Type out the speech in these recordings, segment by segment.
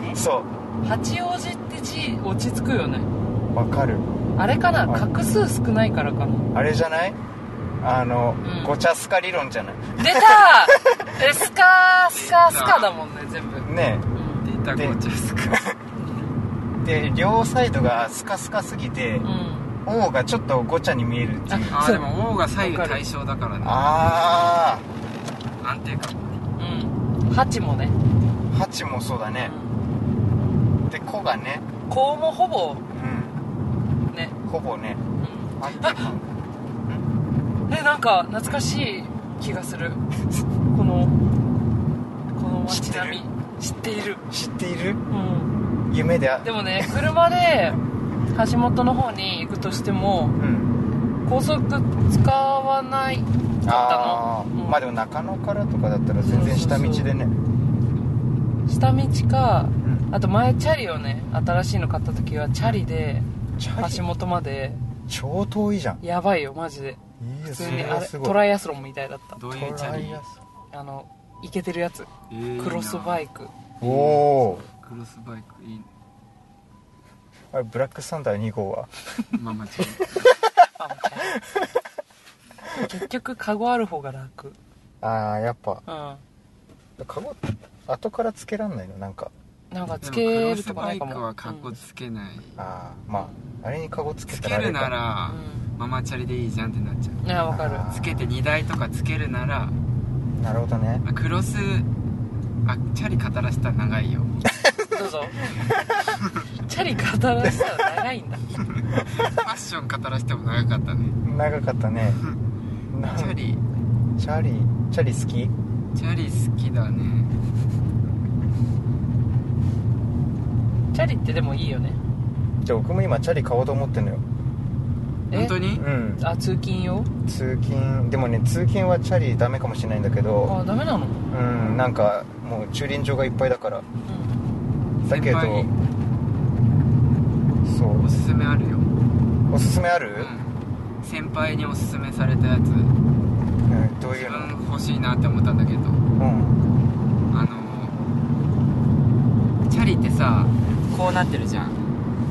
にそ八王子って字落ち着くよねうわかるあれかなはい画数少ないからかな あれじゃないあの、うんごちゃスカ理論じゃない出たえスカースカースカだもんね全部ねうデータでゴーチャスかえで両サイドがスカスカすぎてん、うん、王がちょっとごちゃに見えるっていうあーでも王が左右対称だからねあ安定感うんハチもねあハチもそうだねで子がねこうもほぼうね、んほぼねうん、安定感えなんか懐かしい気がするこのこの街並み知っている知っているうん夢であでもね車で橋本の方に行くとしてうもん高速使わないああのうんまあでも中野からとかだったら全然下道でね下道うかんあと前チャリをね新しいの買った時はチャリでチャ橋リ本まで超遠いじゃんやばいよマジでいいよ普そ通にれあはれすごいトライアスロンみたいだったどういうチャリあのイケてるやつクロスバイイクおおククロスバイクいいーあれブラックサンダー2号はまあ間違あみたいな結局カゴある方が楽ああやっぱうんカゴ後からつけらんないのなんかなん かえつでもけクロるスとかなバいイかクもはカッコつけない、ああまああれにカゴつけつたけらあれるなからママチャリでいいじゃんってなっちゃううん、いやわかるあつけて荷台とかつけるならなるほどねあクロスあチャリ語らせたら長 いよどうぞチャリ語らせたら長いんだファッション語らせても長かったね長かったねなチャリチャリチャリ好きチャリ好きだねチャリってでもいいよねじゃあ僕も今チャリ買おうと思ってんのよえ本当にうんあ通勤用通勤でもね通勤はチャリダメかもしれないんだけどあダメなの、うんなんかもう駐輪場がいっぱいだからうだけど先輩にそうおすすめあるよ、おすすめある、うん、先輩におすすめされたやつうん、どうい自うの分欲しいなって思ったんだけどうんあのチャリってさこうなってるじゃん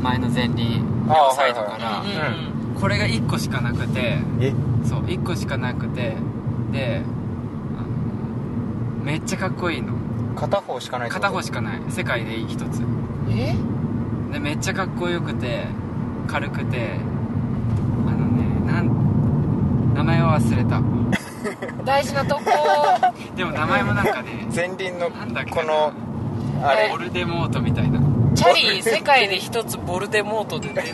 前の前輪あ両サイドかはいらはんいはいうんこれが1個しかなくてえそう1個しかなくてであのめっちゃかっこいいの片方しかないってこと片方しかない世界で一つうんえでめっちゃかっこよくて軽くてあのねなん名前は忘れた大事な とこでも名前もなん かね前輪のなんだっけなこのあれボルデモートみたいなチャリ世界で一つボルデモートで出ない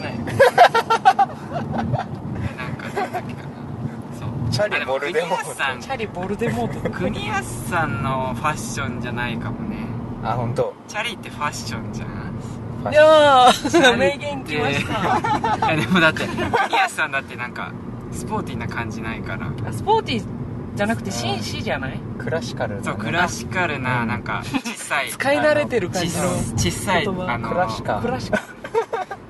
なんかなんだっけかなそうチャリあボルデモート国安さん チャリボルデモート国安さんのファッションじゃないかもねあ本当。チャリってファッションじゃんいやチーャリって名言きましたいやでもだって国安さんだってなんかスポーティーな感じないからあスポーティーじゃなくて紳士じゃないクラシカルだねそうクラシカルななんか小さい使い慣れてる感ちじの小さい言葉あのクラシカクラシック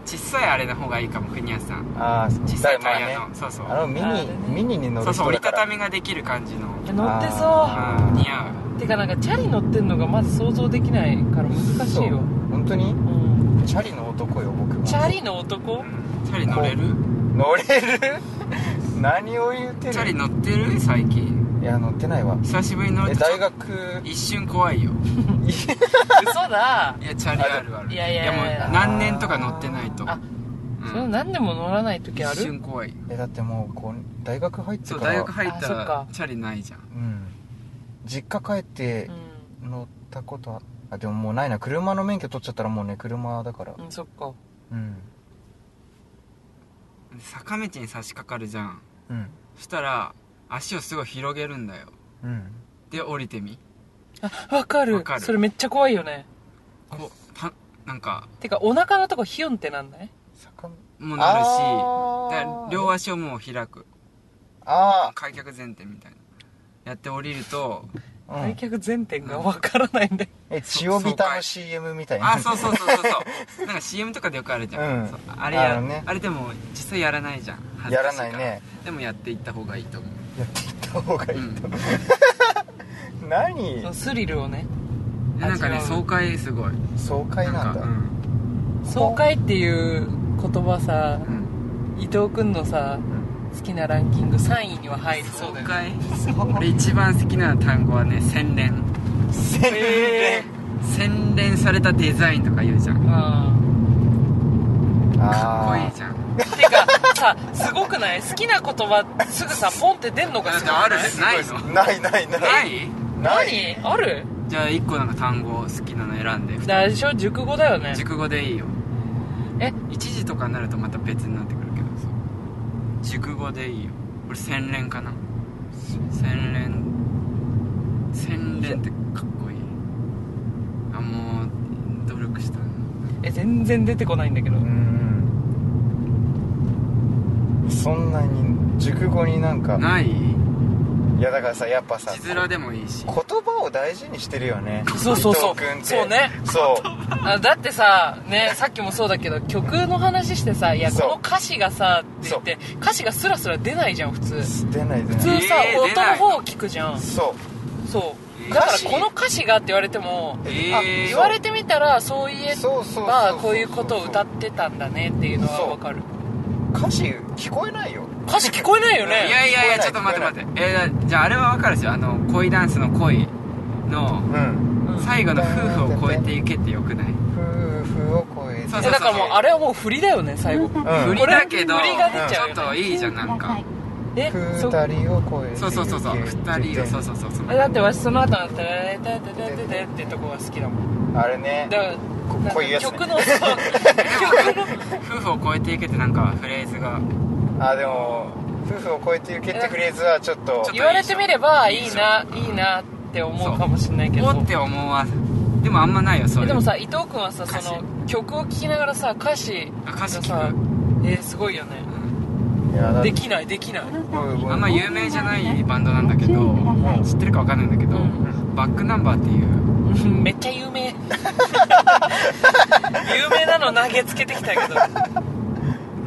小さいあれの方がいいかも国安さんああそう小さいだタよイヤねの、そうそうあのミニあれねミニに乗そるうそ人うだ折りかたらたみができる感じのいや乗ってそあー似合うてかなんかチャリ乗ってんのがまず想像できないから難しいそうよ、本当にうん、チャリの男よ僕はチャリの男う、うんチャリ乗れる乗れ る何を言うてるチャリ乗ってる最近いや乗ってないわ久しぶりに乗れえてちょ大学一瞬怖いよ嘘だいやチャリあるあるいやいやいやいやもう何年とか乗ってないとあ、うんそれ何でも乗らない時あ一る瞬怖いえだってもうこう大学入ってそうから大学入っあそったらかチャリないじゃんうん実家帰ってう乗ったことはあでももうないな車の免許取っちゃったらもうね車だからん、うん、そっかうん坂道に差し掛かるじゃんうんそしたら足をすごい広げるんだようんで降りてみあわかるわかるそれめっちゃ怖いよねこうたなんかてかお腹のとこヒュンってなんない坂ももうなるしあだからー両足をもう開くあ開脚前転みたいなやって降りるとあ、う来ん、客全点がわからないんでえ千代ビタの爽快 CM みたいなあそうそうそうそうそうなんか CM とかでよくあるじゃん、うんそうあれやああ,、のねれでも実際やらないじゃん恥やずからしかないねでもやっていった方がいいと思うやっていった方がいいと、う何スリルをねえなんかね味わう爽快すごい爽快なんだか爽快っていう言葉さうん伊藤君のさ好きなランキング3位には入りそ爽うだよね快俺一番好きな単語はね洗練洗え練洗練されたデザインとか言うじゃんあかっこいあいじゃんーてかさすごくない好きな言葉すぐさポンって出んのがだっすてごくないあるないのあないないないない何あるじゃあ一個なんか単語好きなの選んで大丈夫熟語だよね熟語でいいよえ一時とかになるとまた別になってくるけどさ熟語でいいよ俺洗練かな洗練洗練ってかっこいいあもう努力したなえ全然出てこないんだけどうんそんなに熟語になんかないいやだからさやっぱさ字面でもいいし言葉を大事にしてるよねそうそうそう伊藤君ってそうねそうあだってさねさっきもそうだけど曲の話してさいやこそうの歌詞がさって言って歌詞がスラスラ出ないじゃん普通普出ない出通ないさ、えー出音なのい方を聞くじゃんそそうえだから歌詞この歌詞がって言われてもえあー、言われてみたらそういえうそうそうばそこういうことを歌ってたんだねっていうのはそうわかる歌詞聞こえないよ歌詞聞こえないよいやねいやいやちょっと待って待ってえーじゃああれは分かるでしょあの恋ダンスの恋のうんうん最後の夫婦を超えていけってよくない夫婦を超えてそうえだからもうあれはもう振りだよね最後うん振りだけどこれ振りが出ちゃうちよねょっといいじゃんなんかえそう二人を超えてそうそうそうそう二人をそうそうそうそうえだってわしその後の「タラレタタタタタ」ってとこが好きだもんあれねだからこなんこかういうやつね曲のそう曲 の夫婦を超えていけってなんかフレーズがあでも夫婦を超えてゆけってフレーズはちょっとちょっ言われてみればいいないいなって思うかもしれないけおどって思わでもあんまないよそえれでもさ伊藤君はさ歌詞その曲を聴きながらさ歌詞あが歌詞さ聞くえーすごいよねいやだってできないできない うんあんま有名じゃないバンドなんだけどうん知ってるかわかんないんだけど、んバックナンバーっていううんめっちゃ有 名有名なの投げつけてきたけど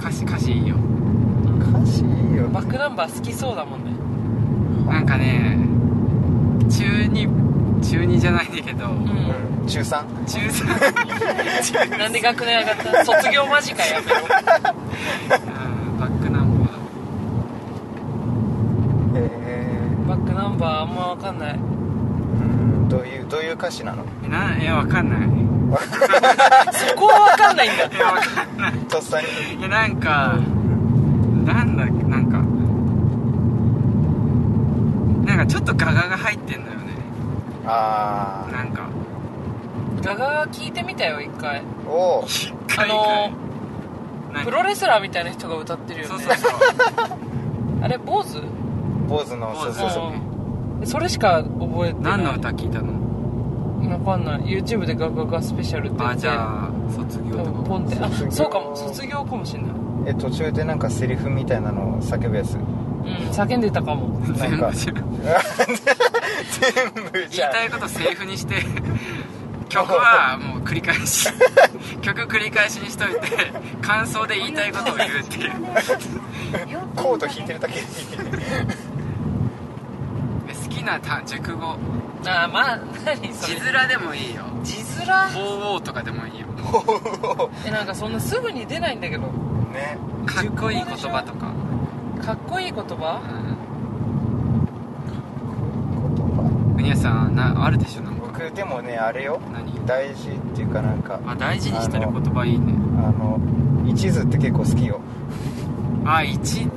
歌詞歌詞いいよ歌詞いいよバックナンバー好きそうだもんねなんかね中二中二じゃないんだけど、ううん中3中三 んなんで学年上がった卒業間近やめろうんバックナンバーえバックナンバーあんま分かんないーうんどういうどういう歌詞なのえなえわかんないそこは分かんない んだえわかんないとっさにえなんかなんだっけなんかなんかちょっとガガが入ってんだよねあなんかガガ聞いてみたよ一回あおうあのなんかプロレスラーみたいな人が歌ってるよそうねそうそうあれ坊主坊主のそうそうそううんそれしか覚えてない何の歌聞いたのわかんない YouTube でガガガスペシャルって言あってじゃあ卒業多と分かポンってあ卒業そうかも卒業かもしれないえ途中でなんかセリフみたいなのを叫 ぶやつうん叫んでたかもなん全か部じゃん全部じ言いゃんたいことセリフにして曲はもう繰り返し曲繰り返しにしといて感想で言いたいことを言うっていうコート引いて るだけで好きな単熟語ああまあ何そ字れ面でもいいよ字面「おうおう」とかでもいいよえなんかそんなすぐに出ないんだけどねかっこいい言葉とか、かっこいい言葉言葉うん、皆さんなあるでしょなんか僕でもねあれよ何大事っていうかなんかあ大事にしてる言葉いいねあの一途って結構好きよあ一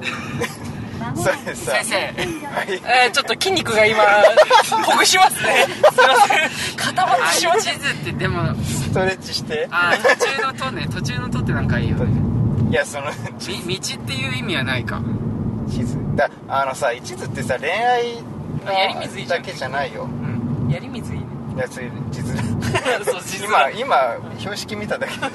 それさ先生はいえー、ちょっと筋肉が 今ほぐしますねすいません 固まってあしまっ一て途ってでもストレッチしてあ途中の「と」ね途中の「と」ってなんかいいよねいやそのみ道っていう意味はないか地図だあのさ一途ってさ恋愛のあやり水いいじゃだんけじゃないようんやり水いいねいやそれ地図 そう字今面今標識見ただけでしょ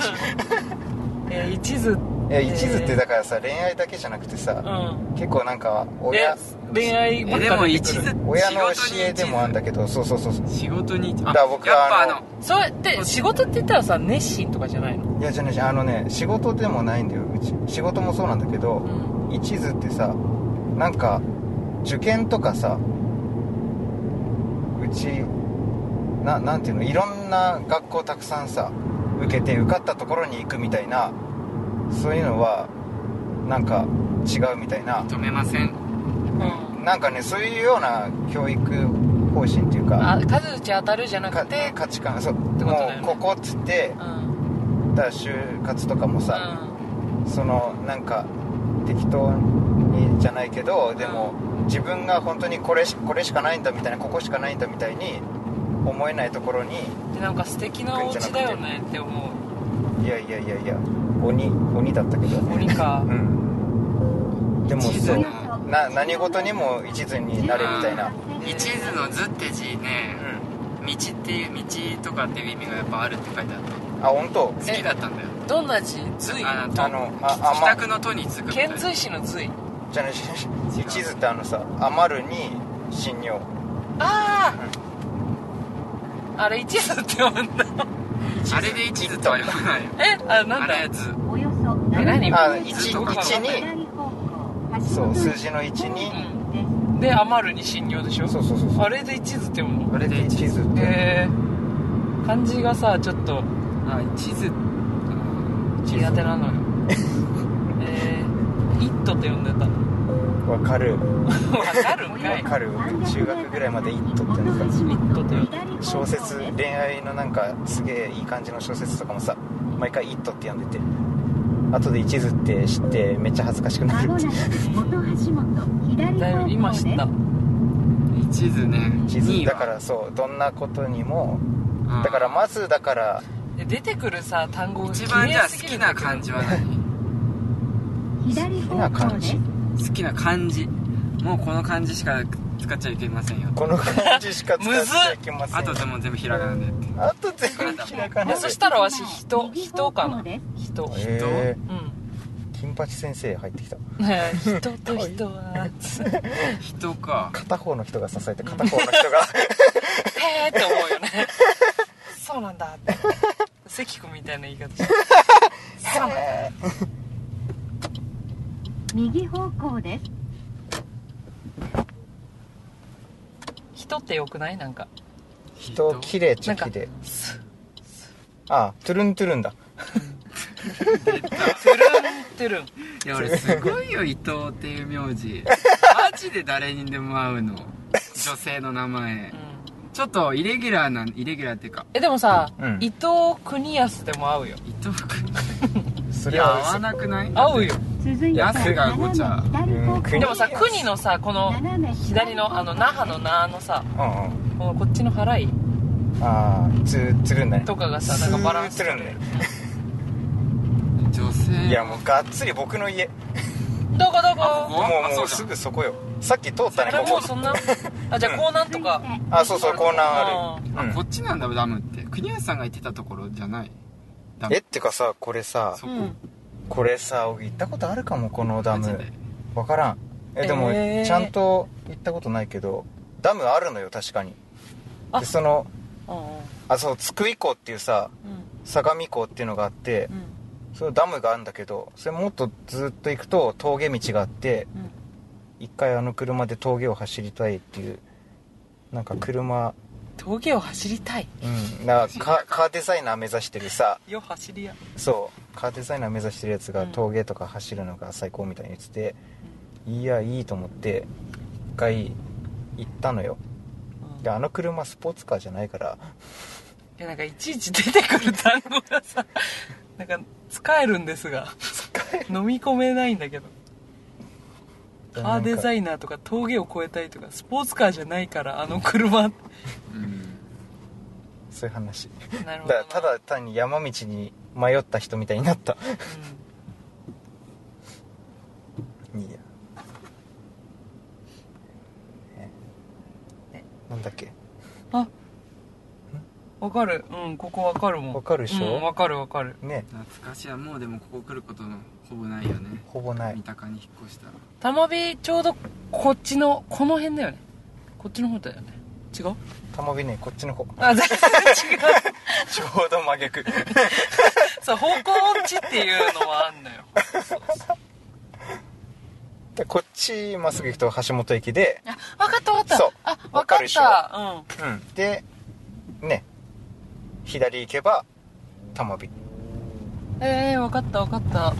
えー一途いや一途ってだからさ恋愛だけじゃなくてうさん結構なんかえ親恋愛ばえっでかもり一途親の教仕事にえでもあんだけどそうそうそうそう仕事にだから僕はやっぱああのそうやって仕事って言ったらさ熱心とかじゃないのいやじゃねあのね仕事でもないんだようち仕事もそうなんだけど一途ってさなんか受験とかさうちななんていうのいろんな学校たくさんさ受けて受かったところに行くみたいなそういうのはなんか違うみたいな認めませんうんなんかねそういうような教育方針っていうかあ数打ち当たるじゃなかくて価値観そうてこともだよねうここっつってうんだから就活とかもさ、そのなんか適当にじゃないけどでも自分が本当にこれしこれしかないんだみたいなここしかないんだみたいに思えないところにうんでなんか素敵なお家だよねって思ういやいやいやいや鬼鬼だったけど鬼 かうんでも一途そうなな何事にも一途になるみたいなうん一途の「図」って字ねう道っていう道とかっていう意味がやっぱあるって書いてあっんたあ本当好きだったんだよどんな字隋あのあのあ自余宅の「と」につくみたい遣な隋使の隋じゃない一途ってあのさ余るに信用あああれ一途って読むんだあれで一途とは読まないよえあなんあれだは図およそえ何あ一一ずっ一とにこうそう数字の一にで余るに信用でしょそうそうそうそうあれで一途って読むのあれで一途ってへえ漢字がさちょっとあ一途苦手な のよえー「イット」って呼んでたわかるわかるんかいわかる中学ぐらいまで「イット」ってなんか小説恋愛のなんかすげえいい感じの小説とかもさ毎回「イット」って読んでて後で一途って知ってめっちゃ恥ずかしくなるってだいぶ今知った一途ね一途二はだからそうどんなことにもあーだからまずだからで出てくるさ単語が一番じゃあ好綺麗すぎるきんだなけど漢字は何好きな漢字もうこの漢字しか使っちゃいけませんよこの感じしか使っちゃいけませんあとでも全部ひらがなでってあと全部開かいないやそしたらわし人人かな人えうんー、金八先生入ってきたねえ人と人はつへ人か片方の人が支えて片方の人 がえって思うよねそうなんだって関君みたいな言い方してそうなんだ右方向です人ってよくないなんか人きれいちなゃんかきれいスあトゥルントゥルンだトゥルントゥルンいや俺すごいよ伊藤っていう名字マジで誰にでも合うの女性の名前うんちょっとイレギュラーなイレギュラーっていうかえでもさ、うん伊藤国康でも合うよ伊藤君そいれやは合わ嘘なくない合うよ続いてヤスがごちゃでもさ国のさこの斜め左のあの那覇のなのさうんうんこのこっちの払いああつつるんだねとかがさなんかバランスつるんだね女性いやもうがっつり僕の家どこどあここおもあうそもううだすぐそこよさっき通ったあねれこもうこそん なあじゃあ港南とかあそうそうあコーナあーーあある、こうんっちなんだダムって国安さんが言ってたところじゃないダムえってかさこれさそこ、うんこれさ俺行ったことあるかもこのダマジムでわからんえでも、えーちゃんと行ったことないけどダムあるのよ確かにあでそのうんあそう津久井港っていうさ相模港っていうのがあってうんそのダムがあるんだけどそれもっとずっと行くと峠道があってうん一回あの車で峠を走りたいっていうなんか車峠を走りたいうんなんかカーカーデザイナー目指してるさよ走りやそうカーデザイナー目指してるやつうがん峠とか走るのが最高みたいに言ってて、いやいいと思って一回行ったのようんであの車スポーツカーじゃないからいやなんかいちいち出てくる単語がさなんか使えるんですが飲み込めないんだけどカーデザイイナーとか峠を越えたいとかスポーツカーじゃないからあの車なるうんそういう話だほかどらなただ単に山道に迷った人みたいになったいいや、ねねなんだっけうんわかるうんここわかるもんわかるでしょうんわかるわかるね懐かしいわもうでもここ来ることのほぼないよねほぼない三鷹に引っ越したら玉火ちょうどこっちのこの辺だよねこっちの方だよね違うたまびねこっちの方 あ全然 違うちょうど真逆 そう方向音痴っていうのはあんのよでこっちまっすぐ行くと橋本駅であ分かった分かったそうあ分わかかっるでしょたううんんでね左行けば玉火えー、分かった分かった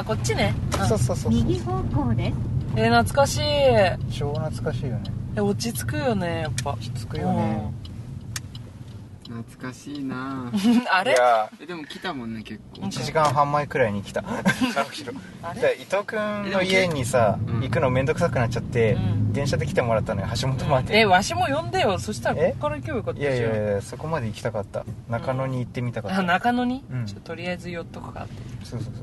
あこっちねうんそうそうそうそう右方向です。えー、懐かしいえ超懐かしいよね落ち着くよねやっぱ落ち着くよね懐かしいな あいれやえでも来たもんね結構本当1時間半前くらいに来たなるひろあだかられ伊藤君の家にさ、うん行くのめんどくさくなっちゃって、うん電車で来てもらったのよ橋本まで、えわしも呼んでよそしたらえこっから行けばよかったいじゃやんいやいやそこまで行きたかった中野に行ってみたかった、あ中野に、うんちょっととりあえず寄っとくかってそうそうそうそ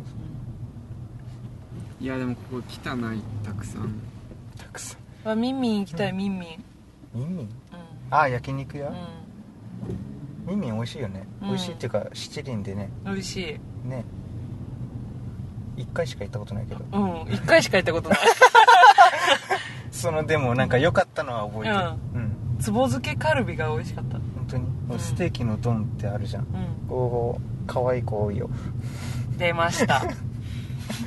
いやでもここ来たなたくさんうたくさんうわミンミン行きたい、ミンミンミンミンうああ焼肉屋、ん、ミンミン美味しいよね、うん美味しいっていうか七輪でねうん、美味しいね一回しか行ったことないけどうん一回しか行っ たことないそのでもなんか良かったのは覚えてるうん、つぼ漬けカルビが美味しかったう本当にうんステーキの丼ってあるじゃんんこう可愛い子多いよ出ました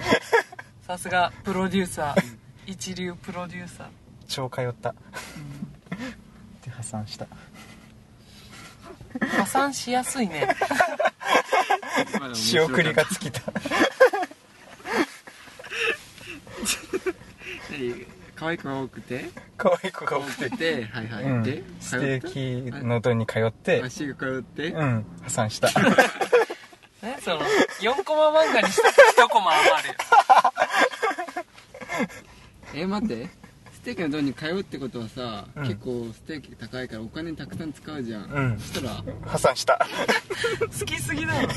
さすがプロデューサー一流プロデューサー超通 ったで破産した破産しやすいねまだ面仕白か送ったりが尽きた何可愛い子が多くて可愛い子が多多くくて、てはいはい、うんでステーキの丼に通って足が通って、うん破産 したねその4コマ漫画にしたら1コマ余るよえ待ってステーキのどに通うってことはさ、うん結構ステーキ高いからお金たくさん使うじゃん、うんそしたら破産した好きすぎだろ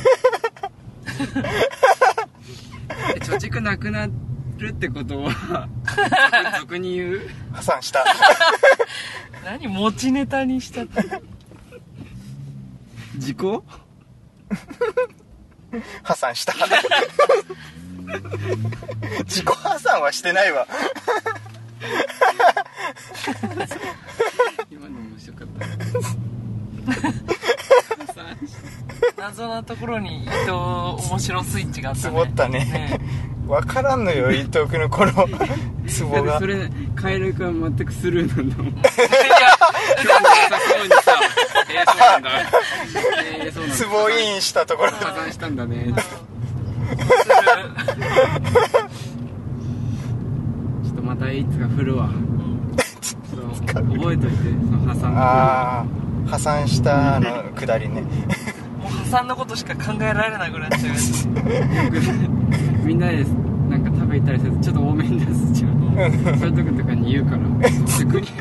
え貯蓄なくなるってこと は俗に言う破産した何持ちネタにしちゃった時効破産した自己破産はしてないわ今の面白かったさ謎なところに伊藤面白スイッチがあったつねぼったねねわからんのよ伊藤君のこのツボあがそれカエル君は全くスルーなんだもんえいや今日も良さそうにさ「えー、そうなんだ」えー「そうなんだ」ツボインしたところ破産したんだね ちょっとまたいつか振るわそう覚えといてその破産のああ破産したの下りねもう破産のことしか考えられなくなっちゃうやつみんなでなんか食べ行ったりするとちょっと多めに出すじゃんそういうとことかに言う から逆にさ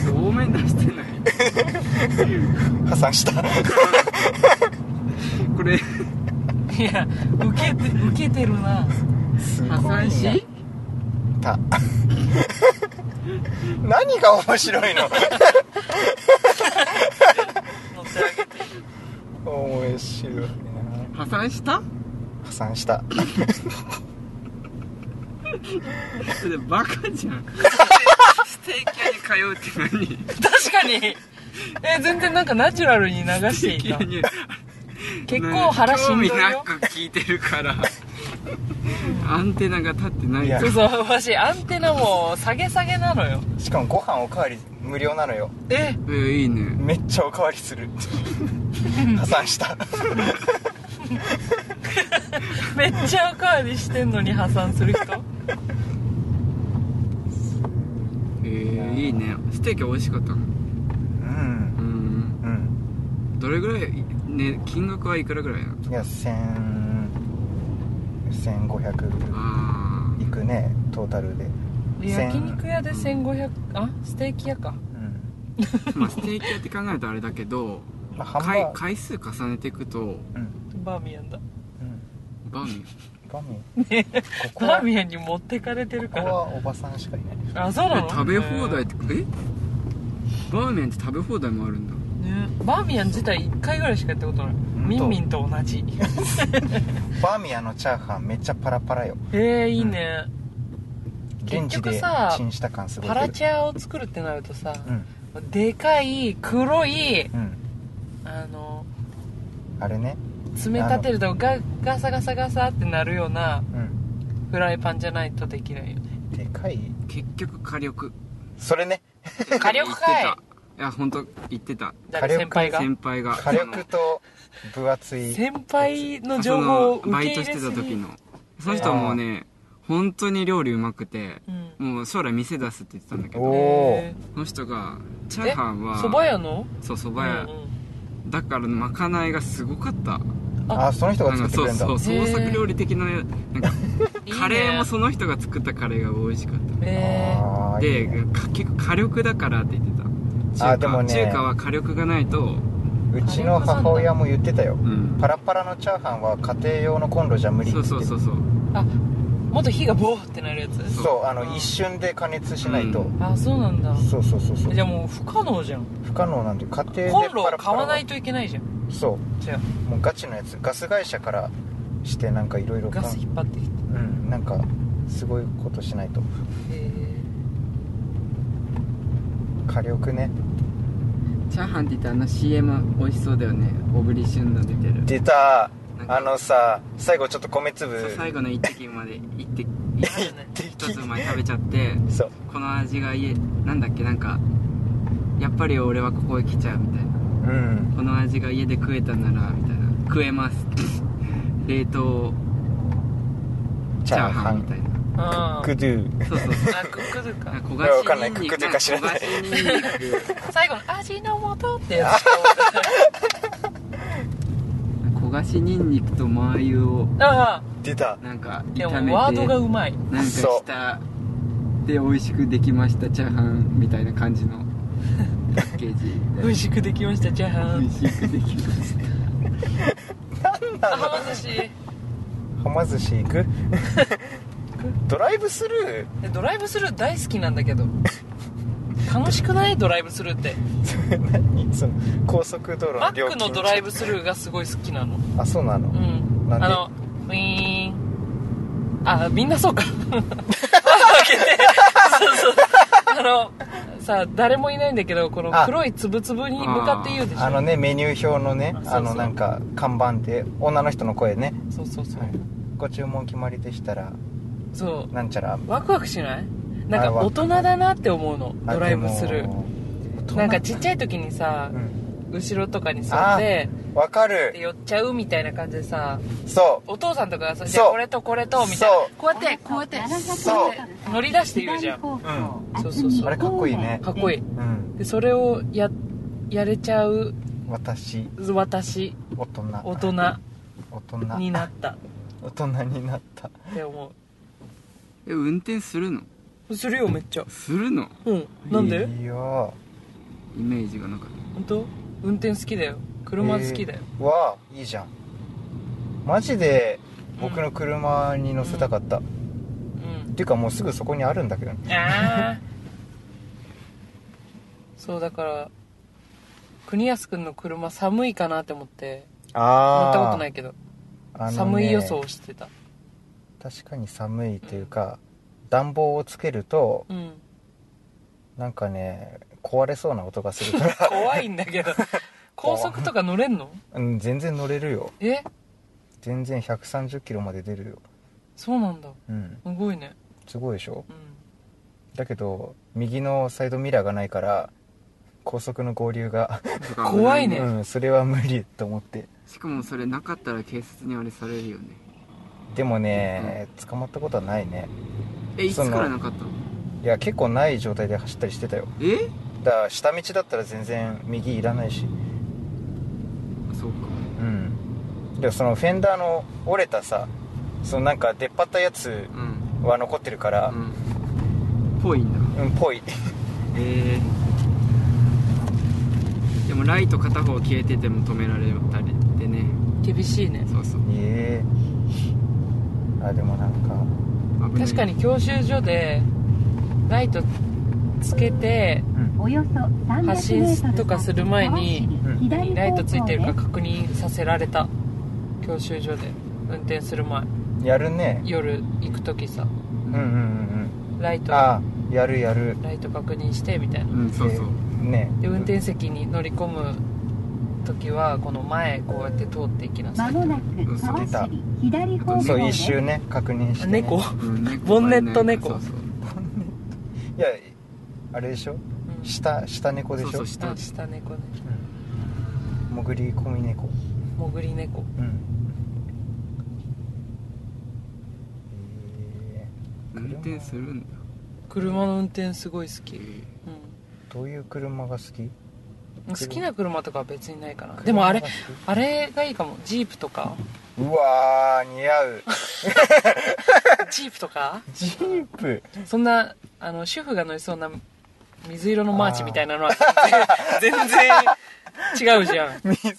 ちょっと多めに出してない破産したこれ いや受けて受けてるなす破産した何が面白いの乗ってあげて面白いな破産した破産したそれバカじゃんステーキ屋に通うって何確かにえ全然なんかナチュラルに流していた結構腹しんどい興味なよく聞いてるからアンテナが立ってないいやそうそうわしアンテナも下げ下げなのよしかもご飯おかわり無料なのよええーいいねめっちゃおかわりする破産しためっちゃおかわりしてんのに破産する人えーいいねステーキ美味しかったのうんうんうんどれぐらいね金額はいくらぐらいなのいや1000 1500あいくねトータルでで千 焼肉屋で1500あステーキ屋かうんーまあステーキ屋って考えるとあれだけどまあハンバ回ーグ回数重ねていくとうんバーミヤンだうんバーミヤンバミねここバはーミヤンに持ってかれてるこかこらはおばさんしかいないあそうなのえ食べ放題ってえバーミヤンって食べ放題もあるんだねバーミヤン自体1回ぐらいしかやったことないんミンミンと同じバーミヤンのチャーハンめっちゃパラパラよえー、いいね、レンジ結局でさチンした感すごいパけどラチャーを作るってなるとさ、うんでかい黒いうんあのあれね爪立てるとガガサガサガサってなるようなうんフライパンじゃないとできないよねでかい結局火力それね火力かい言ってたや本当言ってた誰先輩が先輩が火力と分厚い先輩そのの情報を受そのバけイ入トれしすてぎた時のその人はもうね本当に料理うまくてうんもう将来店出すって言ってたんだけおどーへその人がチャーハンーは蕎麦屋のそう蕎麦うん屋、だからまかないがすごかったあその人がなん作かってくそれうるんだそう創作料理的ななんかうんいいねカレーもその人が作ったカレーが美味しかったへーあーいでいねか結構火力だからって言ってたあ中でも華,、ね中華は火力がないと、うちの母親も言ってたようん、パラパラのチャーハンは家庭用のコンロじゃ無理って言そうってそうそうそうあもっと火がボーってなるやつそうあの、うん一瞬で加熱しないと、あそうなんだそうそうそうそうじゃあもう不可能じゃん不可能なんで家庭でコンロをパラパ買ラはわないといけないじゃんそじゃうもうガチのやつガス会社からしてなんかいろいあろガス引っ張ってきてうんなんかすごいことしないとへ火力ねチャーハンって言ったらあの CM 美味しそうだよね小栗旬の出てる出たなんかあのさ最後ちょっと米粒そう最後の一滴まで一滴 ーだね一つまで食べちゃってそうこの味がいえなんだっけなんかやっぱり俺はここへ来ちゃうみたいなうんこの味が家で食えたならみたいな食えます 冷凍チャーハンみたいなあクックドゥそうそうそうあクックドゥなんかかいやわ焦かんがないしにんにクックドくゥか知らない焦がしにんにく最後の味の素ってやつしか思ってない焦がしにんにくとマー油をああ出たなんかで炒めもてワードがうまいなんかしたで美味しくできましたチャーハンみたいな感じのパッケージ美味しくできましたチャーハ美ン味しくできましたあはま寿司はま寿司行く ドライブスルえドライブスルー大好きなんだ けど楽しくないドライブスルーってー何その高速道路マの料ック金のドライブスルーがすごい好きなのあそうなの、うんなあんでのウィーンあみん なそうか窓開けてそうそうあのさ誰もいないんだけどこの黒いつぶつぶに向かって言うでしあょのねメニュー表のねあそうそうあのなんか看板で女の人の声ね、そうそうそう、ご注文決まりでしたらそなんちゃらうワクワクしないなんあれかワ大ク人だなって思うのあドライブスでルーも大人なんかちっちゃい時にさうん後ろとかに座ってわかでる寄っちゃうみたいな感じでさそお父さんとかがそさうじゃあこれとこれとみたいなそうこうやってこうやってそう乗り出して言うじゃんんそうそうそうあれかっこいいねかっこいいううんでそれをややれちゃう私私大人大人大人になったっ大人になったて思え運転するのうするよめっちゃするのうんなんでいいよイメージがなかっ本当運転好きだよ車好きだよ、わあいいじゃんマジでうん僕の車に乗せたかった、っうんていうかもうすぐそこにあるんだけどねああそうだから国安くんの車寒いかなって思って乗ったことないけど、あのね寒い予想してた確かに寒いというか、暖房をつけるとうんなんかね壊れそうな音がするから、 怖いんだけど高速とか乗れんのうん、全然乗れるよえ全然130キロまで出るよそうなんだうんすごいねすごいでしょうんだけど右のサイドミラーがないから高速の合流が、た怖いねうん、それは無理と思ってしかもそれなかったら警察にあれされるよねでもね、捕まったことはないねえいつそのからなかったのいや結構ない状態で走ったりしてたよえだから下道だったら全然右いらないしあそうかうんでもそのフェンダーの折れたさそのなんか出っ張ったやつうんは残ってるからうんぽいんだうんぽいえー、でもライト片方消えてても止められたりでね厳しいねそうそうええあでもなんか危ない確かに教習所でライトつけておよそ300発進とかする前に左ライトついてるか方向確認させられた教習所で運転する前やるね夜行く時さうんうんうんライうんトラあやるやるイト確認してみたいなうんそうそうでねで運転席に乗り込む時はこの前こうやって通っていきなですさ間いもなうんくそう出川た尻左方向ですそう一周ね確認して、ね、猫、うん猫ボンネット猫そうそういやあれでしょうん下下猫でしょそうそう下あ下猫ねうん潜り込み猫潜り猫うんえ運転するんだ車の運転すごい好き、うん、ーどういう車が好き好きな車とかは別にないかなでもあれ車が好あれがいいかもジープとかきうわー似合うジープとかジープそんなあの主婦が乗りそうな水色のマーチみたいなのは全然違うじゃん水色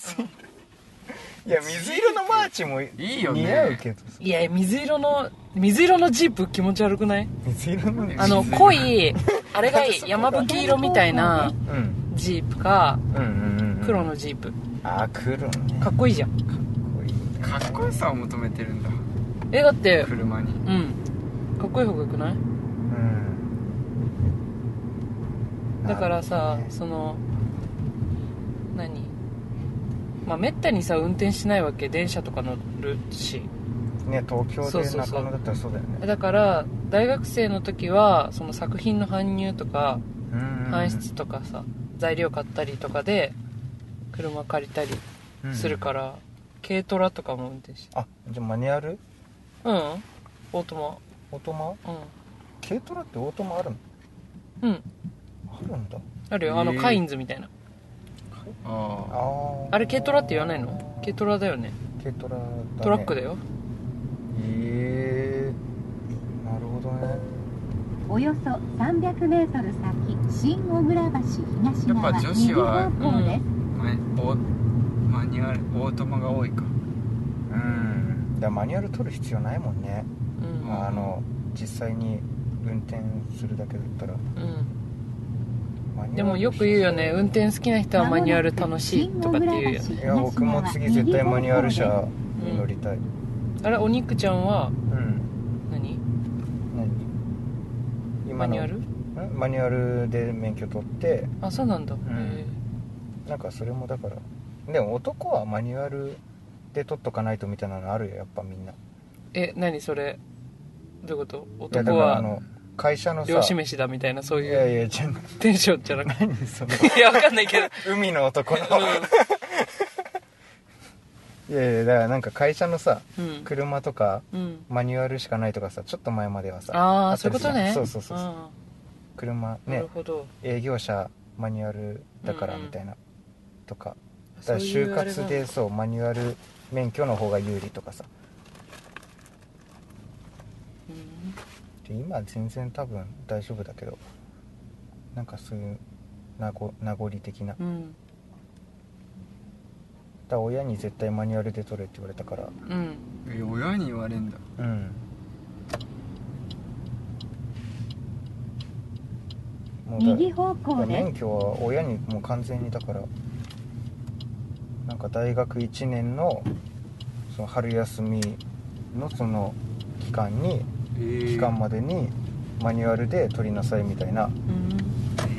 いや水色のマーチもいいよね似合うけどさいや水色の水色のジープ気持ち悪くない水色のねあの濃いあれ がいい山吹色みたいなうんジープかうんうんうんうん黒のジープあー黒ねかっこいいじゃんこいいねかっこよさを求めてるんだえだって車にうんかっこいい方がよくないうんだからなさるほどねその何まあめったにさ運転しないわけ電車とか乗るしね東京そうでそうそう中野だったらそうだよねだから大学生の時はその作品の搬入とかうんうんうん搬出とかさ材料買ったりとかで車借りたりするから、軽トラとかも運転してあじゃあマニュアルうんオートオートママ軽トラってオートマあるのうんうんあるんだあるよあへのーカインズみたいなあああれ軽トラって言わないの軽トラだよね軽トラだ、ね、トラックだへよえなるほどねおよそ300メートル先新小倉橋東側やっぱ女子は右方向です、あマニオマニュアルオートマが多いかうんだからマニュアル取る必要ないもんね、うんまあ、あの実際に運転するだけだったらうんマニュアルでもよく言うよね運転好きな人はマニュアル楽しいとかって言うよねいや僕も次絶対マニュアル車に乗りたいあれお肉ちゃんはうん、何何今マのニュアルんマニュアルで免許取ってあそうなんだ、んへなんかそれもだからでも男はマニュアルで取っとかないとみたいなのあるよやっぱみんないええ何それどういうことやだ男からあはの会社のさ漁師飯だみたいなそういいうやいやじゃあテンションじゃなく 何そのて いやわかんない けど海の男のいやいやだからなんか会社のさうん車とかうんマニュアルしかないとかさちょっと前まではさああっそたういりうことねするじゃんそうそうそうそう車んなねるほど営業者マニュアルだからうんうんみたいなとかだかそうらいう就あれが活でそうマニュアル免許の方が有利とかさうんで今全然多分大丈夫だけどなんかそういう名残名残的なだかうんら親に絶対マニュアルで取れって言われたからうんえ親に言われんだうんもうだ右方向です免許は親にもう完全にだからなんか大学1年のその春休みのその期間にえー期間までにマニュアルで取りなさいみたいなうん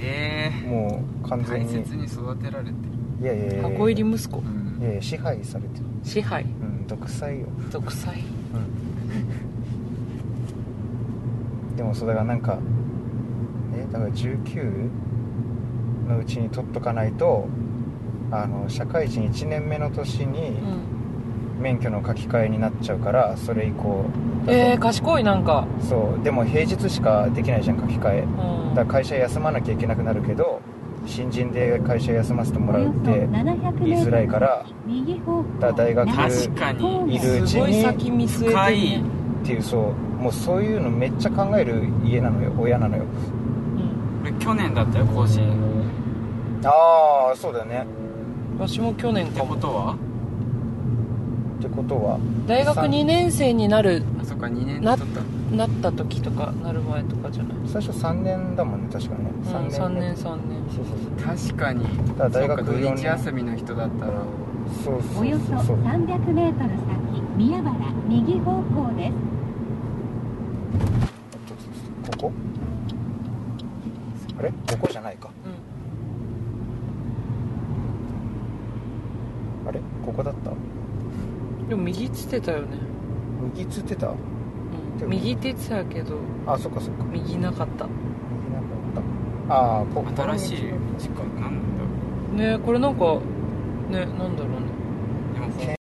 えもう完ー、全大に切に育てられてる、いやいやいや箱入いり息子うんやいや支配されてる支配うん独裁よ独裁でもそうだからなんかえだから19のうちに取っとかないとあの社会人1年目の年にうん免許の書き換えになっちゃうからそれ以降だとえー、賢いなんかそうでも平日しかできないじゃん書き換えうんだから会社休まなきゃいけなくなるけど新人で会社休ませてもおらうよっそて700メ言いーづトらルいから右方向だから大学確かにいるうちすごいに先見据えてるねっていうそうもうそういうのめっちゃ考える家なのよ親なのようん俺去年だったよ更新ああそうだよね私も去年ってかこもとはってことは大学2年生になるあそっか2年なで取ったなった時とかなる前とかじゃない最初3年だもんね確かねうん3年3年そうそう確かにだから大学そっか四土日年休みの人だったらそうそうおよそそうそう300メートル先宮原右方向ですここあれここじゃないかうんあれここだったでも右って言ってたよね、右っつってたうん、右って言ってたけどあそっかそっか右なかった右なんかあっああこ新しい時間なんだろねこれなんかねなんだろうねうでも